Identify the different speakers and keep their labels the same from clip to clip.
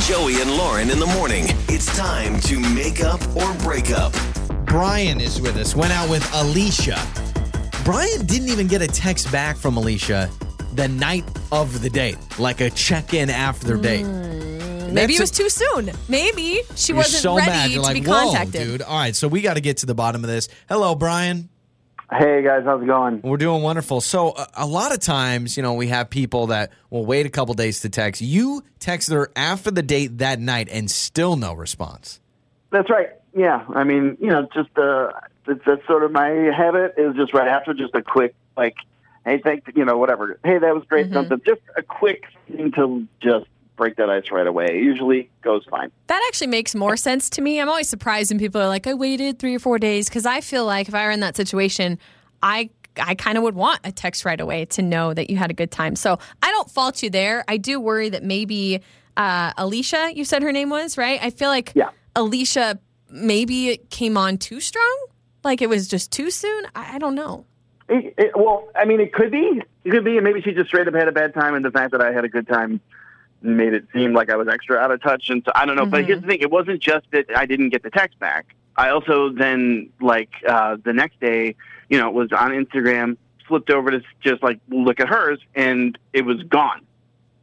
Speaker 1: Joey and Lauren in the morning. It's time to make up or break up.
Speaker 2: Brian is with us. Went out with Alicia. Brian didn't even get a text back from Alicia the night of the date, like a check in after their date.
Speaker 3: Hmm. Maybe
Speaker 2: That's
Speaker 3: it was
Speaker 2: a-
Speaker 3: too soon. Maybe she
Speaker 2: You're
Speaker 3: wasn't
Speaker 2: so
Speaker 3: ready
Speaker 2: mad.
Speaker 3: to
Speaker 2: You're like,
Speaker 3: be
Speaker 2: whoa,
Speaker 3: contacted.
Speaker 2: dude. All right, so we got to get to the bottom of this. Hello, Brian.
Speaker 4: Hey guys, how's it going?
Speaker 2: We're doing wonderful. So uh, a, a lot of times, you know, we have people that will wait a couple days to text. You texted her after the date that night and still no response.
Speaker 4: That's right. Yeah, I mean, you know, just uh, that's, that's sort of my habit is just right after just a quick like, hey, thank you know, whatever. Hey, that was great, something. Just a quick thing to just break that ice right away. It usually goes fine.
Speaker 3: That actually makes more sense to me. I'm always surprised when people are like, I waited three or four days because I feel like if I were in that situation, I I kind of would want a text right away to know that you had a good time. So I don't fault you there. I do worry that maybe uh, Alicia, you said her name was right. I feel like
Speaker 4: Yeah.
Speaker 3: Alicia maybe it came on too strong, like it was just too soon. I, I don't know.
Speaker 4: It, it, well, I mean, it could be, it could be, and maybe she just straight up had a bad time, and the fact that I had a good time made it seem like I was extra out of touch, and so I don't know. But
Speaker 2: Mm-hmm.
Speaker 4: here's the thing: it wasn't just that I didn't get the text back. I also then like uh, the next day, you know, was on Instagram, flipped over to just like look at hers, and it was gone.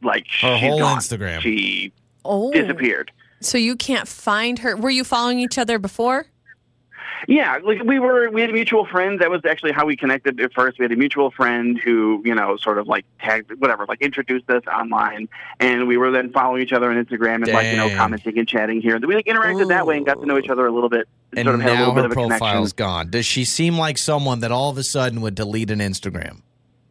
Speaker 4: Like
Speaker 2: Her
Speaker 4: she's
Speaker 2: whole
Speaker 4: gone.
Speaker 2: Instagram.
Speaker 4: she
Speaker 3: Oh,
Speaker 4: disappeared.
Speaker 3: So you can't find her. Were you following each other before?
Speaker 4: Yeah, like we were, we had mutual friends. That was actually how we connected at first. We had a mutual friend who, you know, sort of like tagged, whatever, like introduced us online, and we were then following each other on Instagram and like you know
Speaker 2: Dang.
Speaker 4: commenting and chatting here. And we like interacted that way and got to know each other a little bit.
Speaker 2: And
Speaker 4: sort of had a
Speaker 2: now
Speaker 4: little bit
Speaker 2: her
Speaker 4: of a connection.
Speaker 2: profile's gone. Does she seem like someone that all of a sudden would delete an Instagram?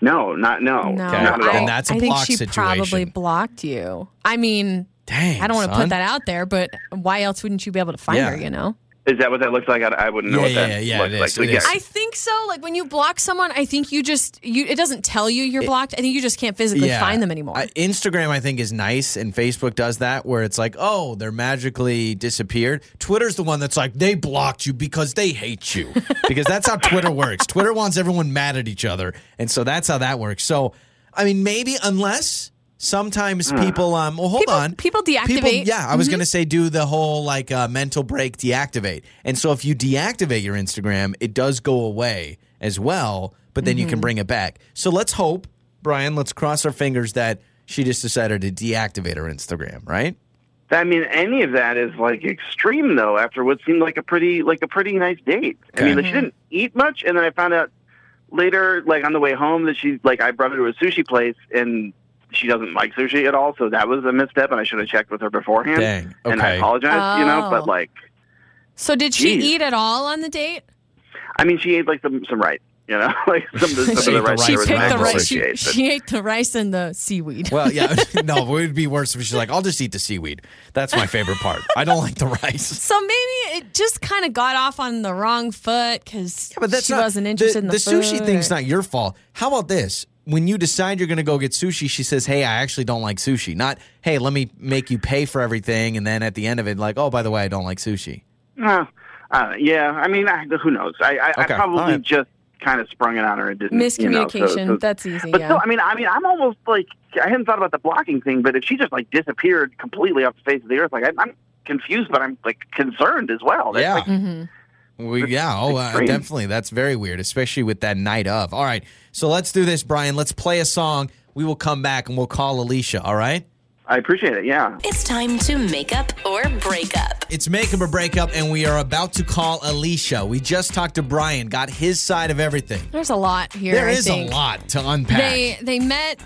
Speaker 4: No, not no,
Speaker 3: No,
Speaker 2: Okay.
Speaker 4: not at
Speaker 3: I,
Speaker 4: all.
Speaker 2: And that's a
Speaker 3: I think
Speaker 2: block
Speaker 3: she probably
Speaker 2: situation.
Speaker 3: blocked you. I mean,
Speaker 2: Dang.
Speaker 3: I don't want to
Speaker 2: son.
Speaker 3: put that out there, but why else wouldn't you be able to find
Speaker 2: Yeah.
Speaker 3: her? You know,
Speaker 4: Is that what that looks like? I, I wouldn't know
Speaker 2: Yeah,
Speaker 4: what
Speaker 2: yeah,
Speaker 4: that
Speaker 2: yeah,
Speaker 4: looks
Speaker 2: it
Speaker 4: like.
Speaker 2: is,
Speaker 4: So,
Speaker 2: it
Speaker 4: yeah,
Speaker 2: is.
Speaker 3: I think so. Like when you block someone, I think you just you. It doesn't tell you you're blocked. I think you just can't physically find them anymore.
Speaker 2: I- Instagram, I think, is nice, and Facebook does that, where it's like, oh, they're magically disappeared. Twitter's the one that's like, they blocked you because they hate you, because that's how Twitter works. Twitter wants everyone mad at each other, and so that's how that works. So, I mean, maybe unless sometimes
Speaker 4: Hmm.
Speaker 2: people, um, well, hold
Speaker 3: People-
Speaker 2: on,
Speaker 3: people deactivate. Mm-hmm.
Speaker 2: yeah, I was gonna say do the whole like uh, mental break deactivate, and so if you deactivate your Instagram, it does go away as well, but then you
Speaker 3: Mm-hmm.
Speaker 2: can bring it back. So let's hope, Brian. Let's cross our fingers that she just decided to deactivate her Instagram, right?
Speaker 4: I mean, any of that is like extreme though. After what seemed like a pretty like a pretty nice date. I mean,
Speaker 2: Okay.
Speaker 4: like, she didn't eat much, and then I found out later, like on the way home, that she like I brought her to a sushi place, and she doesn't like sushi at all. So that was a misstep, and I should have checked with her beforehand.
Speaker 2: Dang,
Speaker 4: And I
Speaker 2: okay.
Speaker 4: apologize, you know.
Speaker 3: Oh.
Speaker 4: But like,
Speaker 3: so did she
Speaker 4: Jeez.
Speaker 3: eat at all on the date?
Speaker 4: I mean, she ate like some some rice, you know, like some of the, some
Speaker 2: She
Speaker 4: of
Speaker 2: ate the
Speaker 4: the rice.
Speaker 2: rice.
Speaker 3: She
Speaker 4: there was
Speaker 2: Right, right,
Speaker 3: picked the
Speaker 4: mango
Speaker 2: right.
Speaker 3: rice.
Speaker 4: she
Speaker 3: She,
Speaker 4: ate, but-
Speaker 3: she ate the rice and the seaweed.
Speaker 2: Well, yeah, no, it would be worse if she's like, I'll just eat the seaweed. That's my favorite part. I don't like the rice.
Speaker 3: so maybe it just kind of got off on the wrong foot because
Speaker 2: Yeah, but that's
Speaker 3: she
Speaker 2: not,
Speaker 3: wasn't interested in the,
Speaker 2: sushi
Speaker 3: food
Speaker 2: thing's
Speaker 3: or-
Speaker 2: not your fault. How about this? When you decide you're going to go get sushi, she says, "Hey, I actually don't like sushi." Not, "Hey, let me make you pay for everything," and then at the end of it, like, "Oh, by the way, I don't like sushi."
Speaker 4: Uh, uh, yeah, I mean, I, who knows? I, I,
Speaker 2: Okay,
Speaker 4: I probably
Speaker 2: all right.
Speaker 4: just kind of sprung it on her and didn't. You know, so-
Speaker 3: miscommunication.
Speaker 4: so-
Speaker 3: That's easy.
Speaker 4: But
Speaker 3: yeah.
Speaker 4: still, I mean, I mean, I'm almost like I hadn't thought about the blocking thing, but if she just like disappeared completely off the face of the earth, like I, I'm confused, but I'm like concerned as well. That's,
Speaker 2: yeah,
Speaker 4: like,
Speaker 3: Mm-hmm.
Speaker 2: we, yeah, oh, uh,
Speaker 4: extreme.
Speaker 2: definitely. That's very weird, especially with that night of. All right, so let's do this, Brian. Let's play a song. We will come back and we'll call Alicia. All right.
Speaker 4: I appreciate it. Yeah.
Speaker 5: It's time to make up or break up.
Speaker 2: It's make up or break up, and we are about to call Alicia. We just talked to Brian, got his side of everything.
Speaker 3: There's a lot here.
Speaker 2: There
Speaker 3: I
Speaker 2: is
Speaker 3: think.
Speaker 2: a lot to unpack.
Speaker 3: They they met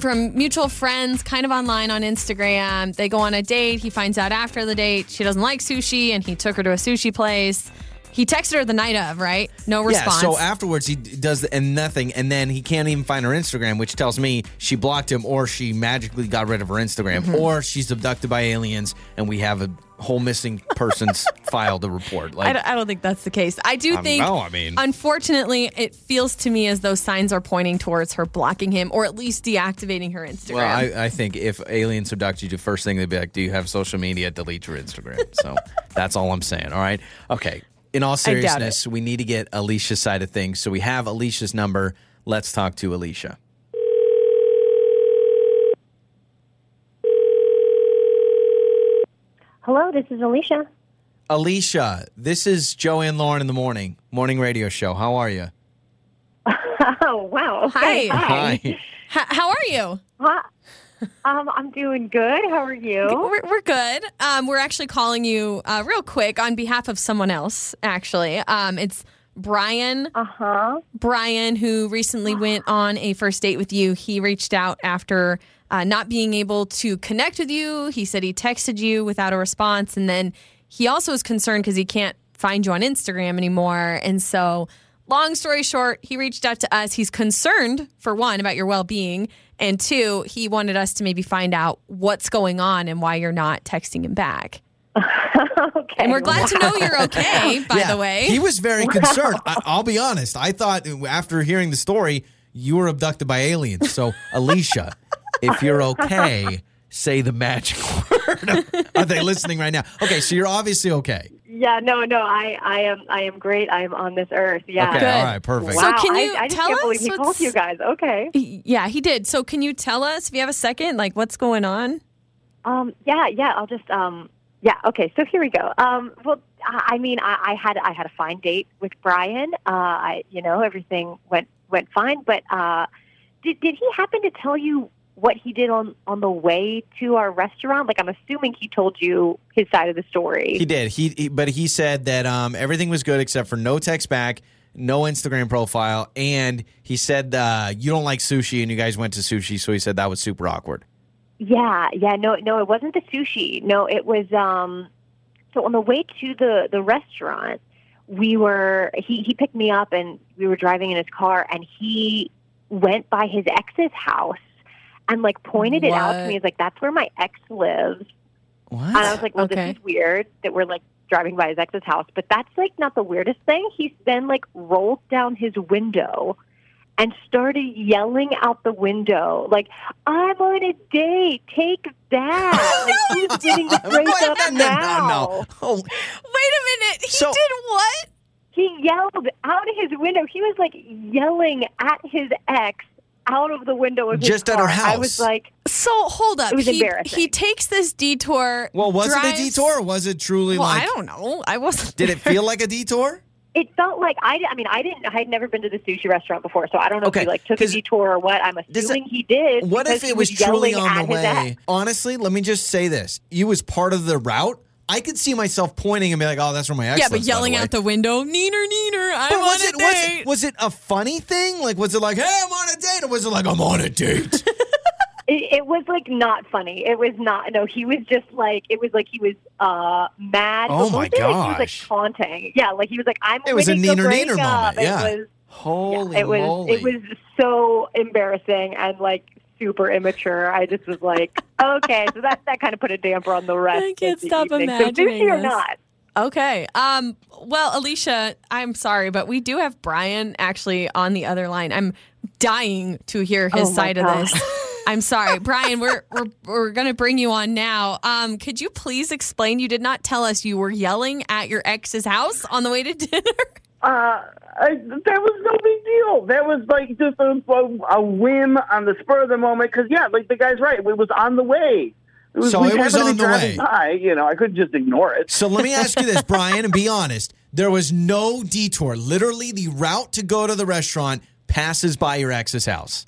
Speaker 3: from mutual friends, kind of online on Instagram. They go on a date. He finds out after the date she doesn't like sushi, and he took her to a sushi place. He texted her the night of, right? No response.
Speaker 2: Yeah, so afterwards he d- does the, and nothing, and then he can't even find her Instagram, which tells me she blocked him, or she magically got rid of her Instagram,
Speaker 3: Mm-hmm.
Speaker 2: or she's abducted by aliens, and we have a whole missing persons file to report.
Speaker 3: I
Speaker 2: Like,
Speaker 3: don't, I don't think that's the case. I do
Speaker 2: I
Speaker 3: think.
Speaker 2: know, I mean-
Speaker 3: unfortunately, it feels to me as though signs are pointing towards her blocking him, or at least deactivating her Instagram.
Speaker 2: well, I, I think if aliens abduct you, the first thing they'd be like, "Do you have social media? Delete your Instagram." So that's all I'm saying. All right, okay. In all
Speaker 3: doubt it.
Speaker 2: seriousness, we need to get Alicia's side of things. So we have Alicia's number. Let's talk to Alicia.
Speaker 6: Hello, this is Alicia.
Speaker 2: Alicia, this is Joey and Lauren in the morning, morning radio show. How are you?
Speaker 6: oh, wow. Okay,
Speaker 3: Hi.
Speaker 6: Hi.
Speaker 3: H- how are you?
Speaker 6: Hi. Um, I'm doing good. How are you?
Speaker 3: We're, we're good. Um, we're actually calling you uh, real quick on behalf of someone else, actually. Um, it's Brian.
Speaker 6: Uh huh.
Speaker 3: Brian, who recently went on a first date with you, he reached out after uh, not being able to connect with you. He said he texted you without a response. And then he also is concerned because he can't find you on Instagram anymore. And so, long story short, he reached out to us. He's concerned, for one, about your well being. And two, he wanted us to maybe find out what's going on and why you're not texting him back.
Speaker 6: Okay.
Speaker 3: And we're glad to know you're okay, by
Speaker 2: Yeah,
Speaker 3: the way.
Speaker 2: He was very concerned. I, I'll be honest. I thought after hearing the story, you were abducted by aliens. So, Alicia, if you're okay, say the magic word. Are they listening right now? Okay, so you're obviously okay.
Speaker 6: Yeah, no, no. I, I am, I am great. I am on this earth. Yeah.
Speaker 2: Okay, all right, perfect.
Speaker 6: Wow.
Speaker 3: So can
Speaker 6: I-
Speaker 3: you
Speaker 6: I, just
Speaker 3: tell
Speaker 6: can't believe
Speaker 3: us
Speaker 6: he
Speaker 3: what's-
Speaker 6: called you guys. Okay.
Speaker 3: Yeah, he did. So can you tell us if you have a second, like what's going on?
Speaker 6: Um, yeah, yeah. I'll just um, yeah. Okay, so here we go. Um, well, I I mean, I, I had I had a fine date with Brian. Uh, I, you know, everything went went fine. But uh, did did he happen to tell you what he did on on the way to our restaurant? Like, I'm assuming he told you his side of the story.
Speaker 2: He did. He, he- but he said that um, everything was good except for no text back, no Instagram profile, and he said uh, you don't like sushi, and you guys went to sushi, so he said that was super awkward.
Speaker 6: Yeah, yeah, no, no, it wasn't the sushi. No, it was um so on the way to the the restaurant, we were he he picked me up and we were driving in his car and he went by his ex's house and like pointed it out to
Speaker 3: What?
Speaker 6: me. He's like, "That's where my ex lives."
Speaker 2: What?
Speaker 6: And I was like, "Well,
Speaker 3: Okay.
Speaker 6: this is weird that we're like driving by his ex's house." But that's like not the weirdest thing. He then like rolled down his window and started yelling out the window, like, "I'm on a date. Take that! Like, who's getting the breakup
Speaker 2: What? No,
Speaker 6: now?"
Speaker 2: no, no. Oh,
Speaker 3: Wait a minute. He
Speaker 2: So-
Speaker 3: did what?
Speaker 6: He yelled out of his window. He was like yelling at his ex out of the window of his
Speaker 2: Just at her
Speaker 6: car. I was
Speaker 2: house.
Speaker 6: like,
Speaker 3: So hold up.
Speaker 6: It was
Speaker 3: he,
Speaker 6: embarrassing.
Speaker 3: he takes this detour.
Speaker 2: well, was it
Speaker 3: drives-
Speaker 2: a detour? Or was it truly
Speaker 3: Well,
Speaker 2: like?
Speaker 3: I don't know. I wasn't.
Speaker 2: Did it feel like a detour?
Speaker 6: it felt like I, di- I mean I didn't I had never been to the sushi restaurant before so I don't know
Speaker 2: Okay,
Speaker 6: if he like took a
Speaker 2: 'cause-
Speaker 6: detour or what I'm
Speaker 2: Does it-
Speaker 6: assuming he did.
Speaker 2: What
Speaker 6: because
Speaker 2: if
Speaker 6: he
Speaker 2: it was,
Speaker 6: yelling
Speaker 2: truly on
Speaker 6: at
Speaker 2: the
Speaker 6: his ex.
Speaker 2: way? Honestly, let me just say this: you was part of the route. I could see myself pointing and be like, "Oh, that's where my ex."
Speaker 3: yeah, but
Speaker 2: lives, by
Speaker 3: yelling
Speaker 2: the way.
Speaker 3: out the window, neener, neener, I'm
Speaker 2: But
Speaker 3: on
Speaker 2: was
Speaker 3: a
Speaker 2: it, was
Speaker 3: date.
Speaker 2: it was it a funny thing? Like, was it like, "Hey, I'm on a date," or was it like, "I'm on a date"?
Speaker 6: It, it was like not funny. It was not. No, he was just like it was like he was uh mad.
Speaker 2: Oh,
Speaker 6: but
Speaker 2: my
Speaker 6: mostly, like, he was like
Speaker 2: gosh.
Speaker 6: taunting. Yeah, like he was like I'm.
Speaker 2: It was a
Speaker 6: winning the
Speaker 2: neener neener moment,
Speaker 6: breakup.
Speaker 2: yeah.
Speaker 6: It was. yeah,
Speaker 2: Holy
Speaker 6: it was. It was so embarrassing and like super immature. I just was like, okay, so that that kind of put a damper on the rest.
Speaker 3: I can't
Speaker 6: of the
Speaker 3: stop
Speaker 6: evening.
Speaker 3: imagining
Speaker 6: So, sushi or
Speaker 3: this.
Speaker 6: not.
Speaker 3: Okay. Um, well, Alicia, I'm sorry, but we do have Brian actually on the other line. I'm dying to hear his
Speaker 6: Oh, my
Speaker 3: side of
Speaker 6: God.
Speaker 3: this. I'm sorry, Brian. We're we're we're gonna bring you on now. Um, could you please explain? You did not tell us you were yelling at your ex's house on the way to dinner.
Speaker 4: Uh, I, that was no big deal. That was like just a, a, a whim on the spur of the moment. Because yeah, like the guy's right. It was on the way. It was,
Speaker 2: So
Speaker 4: we
Speaker 2: it was
Speaker 4: happened to
Speaker 2: on
Speaker 4: be
Speaker 2: the
Speaker 4: driving
Speaker 2: way.
Speaker 4: By, you know, I couldn't just ignore it.
Speaker 2: So let me ask you this, Brian, and be honest. There was no detour. Literally, the route to go to the restaurant passes by your ex's house.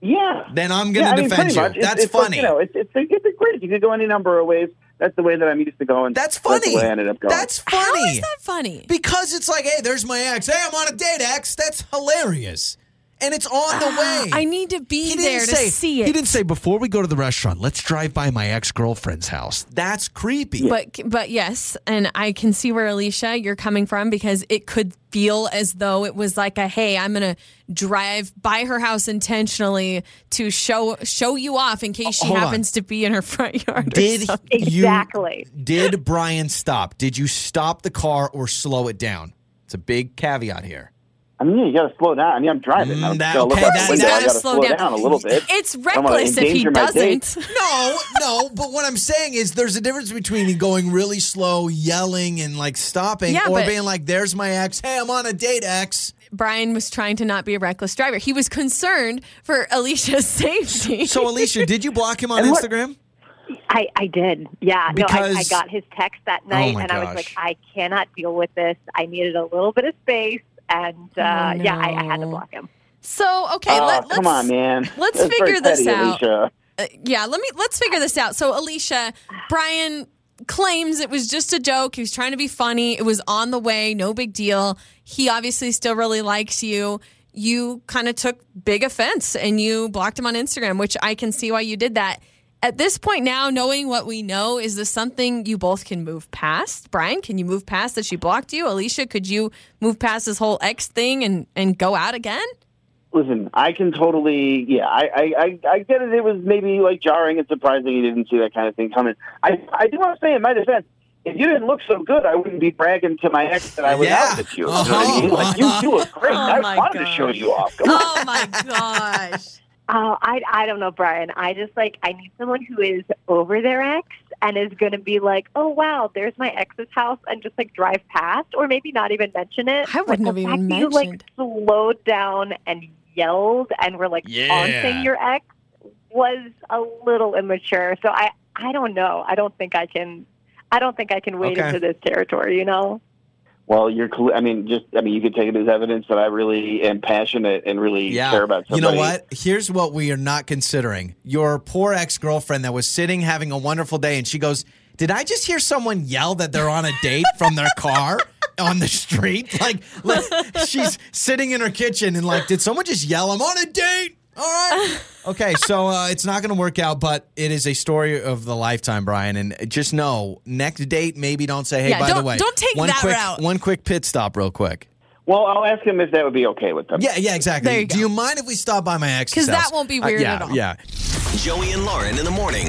Speaker 4: Yeah.
Speaker 2: Then I'm going to
Speaker 4: I mean,
Speaker 2: defend
Speaker 4: pretty
Speaker 2: you.
Speaker 4: much. It's-
Speaker 2: That's
Speaker 4: it's like,
Speaker 2: funny.
Speaker 4: you know, it's, it's, it's great. You could go any number of ways. That's the way that I'm used to going.
Speaker 2: That's funny.
Speaker 4: That's the way I ended up going.
Speaker 2: That's funny.
Speaker 3: How is that funny?
Speaker 2: Because it's like, hey, there's my ex. Hey, I'm on a date, ex. That's hilarious. And it's on the way.
Speaker 3: Ah, I need to be there to
Speaker 2: say,
Speaker 3: see it.
Speaker 2: He didn't say, before we go to the restaurant, let's drive by my ex girlfriend's house. That's creepy.
Speaker 3: But but yes, and I can see where Alicia you're coming from because it could feel as though it was like a hey, I'm gonna drive by her house intentionally to show show you off in case she
Speaker 2: Hold on.
Speaker 3: happens to be in her front yard. or
Speaker 2: did
Speaker 3: something.
Speaker 2: you-
Speaker 6: Exactly.
Speaker 2: did Brian stop? Did you stop the car or slow it down? It's a big caveat here.
Speaker 4: I mean, you got to slow down. I mean, I'm driving.
Speaker 2: Mm,
Speaker 4: I'm
Speaker 2: that-
Speaker 4: still
Speaker 2: okay,
Speaker 4: looking out
Speaker 2: that's-
Speaker 4: the
Speaker 3: He's
Speaker 4: window.
Speaker 2: gotta
Speaker 4: I
Speaker 3: gotta
Speaker 4: got to slow down. a little bit.
Speaker 3: It's
Speaker 4: I don't wanna
Speaker 3: reckless if he
Speaker 4: endanger my date.
Speaker 3: doesn't.
Speaker 2: No, no. But what I'm saying is, there's a difference between going really slow, yelling, and like stopping,
Speaker 3: Yeah,
Speaker 2: or
Speaker 3: but-
Speaker 2: being like, "There's my ex. Hey, I'm on a date, ex."
Speaker 3: Brian was trying to not be a reckless driver. He was concerned for Alicia's safety.
Speaker 2: So, Alicia, did you block him on
Speaker 4: And what-
Speaker 2: Instagram?
Speaker 6: I, I did. Yeah. no, I, I
Speaker 2: Because- Oh
Speaker 6: got his text that night
Speaker 2: my
Speaker 6: and I was like,
Speaker 2: gosh.
Speaker 6: I cannot deal with this. I needed a little bit of space. And uh,
Speaker 3: Oh,
Speaker 6: yeah, I, I had to
Speaker 3: no.
Speaker 6: block him.
Speaker 3: So okay,
Speaker 4: oh,
Speaker 3: let, us
Speaker 4: come on, man.
Speaker 3: let's
Speaker 4: That's very
Speaker 3: figure this
Speaker 4: petty,
Speaker 3: out.
Speaker 4: Alicia.
Speaker 3: Uh, yeah, let me let's figure this out. So, Alicia, Brian claims it was just a joke. He was trying to be funny. It was on the way, no big deal. He obviously still really likes you. You kind of took big offense and you blocked him on Instagram, which I can see why you did that. At this point now, knowing what we know, is this something you both can move past? Brian, can you move past that she blocked you? Alicia, could you move past this whole ex thing and, and go out again?
Speaker 4: Listen, I can totally, yeah, I, I, I, I get it. It was maybe like jarring and surprising you didn't see that kind of thing coming. I, I do want to say in my defense, if you didn't look so good, I wouldn't be bragging to my ex that I was
Speaker 2: Yeah.
Speaker 4: out with you. You know what I mean? Like you, you were great.
Speaker 3: Oh, my
Speaker 4: I wanted to
Speaker 3: gosh.
Speaker 4: show you off. Come on.
Speaker 3: Oh my gosh.
Speaker 6: Oh, I, I don't know, Brian. I just like, I need someone who is over their ex and is going to be like, oh, wow, there's my ex's house and just like drive past or maybe not even mention it.
Speaker 3: I wouldn't have
Speaker 6: Like, the fact
Speaker 3: even
Speaker 6: that you like
Speaker 3: mentioned.
Speaker 6: slowed down and yelled and were like
Speaker 2: Yeah.
Speaker 6: taunting your ex was a little immature. So I, I don't know. I don't think I can. I don't think I can wade
Speaker 2: Okay.
Speaker 6: into this territory. You know.
Speaker 4: Well, you're. cl- I mean, just. I mean, you could take it as evidence that I really am passionate and really
Speaker 2: Yeah.
Speaker 4: care about
Speaker 2: You
Speaker 4: somebody.
Speaker 2: know what? Here's what we are not considering. Your poor ex girlfriend that was sitting having a wonderful day, and she goes, Did I just hear someone yell that they're on a date from their car? On the street, like let- she's sitting in her kitchen, and like, did someone just yell, "I'm on a date"? All right, okay. So uh, it's not going to work out, but it is a story of the lifetime, Brian. And just know, next date, maybe don't say, "Hey,
Speaker 3: Yeah,
Speaker 2: by the
Speaker 3: don't-
Speaker 2: way,
Speaker 3: don't take
Speaker 2: one
Speaker 3: that
Speaker 2: quick,
Speaker 3: route."
Speaker 2: One quick pit stop, real quick.
Speaker 4: Well, I'll ask him if that would be okay with them.
Speaker 2: Yeah, yeah, exactly.
Speaker 3: There you
Speaker 2: Do
Speaker 3: go.
Speaker 2: you mind if we stop by my ex's
Speaker 3: 'Cause that
Speaker 2: house?
Speaker 3: won't be weird
Speaker 2: yeah,
Speaker 3: at all.
Speaker 2: Yeah,
Speaker 1: Joey and Lauren in the morning.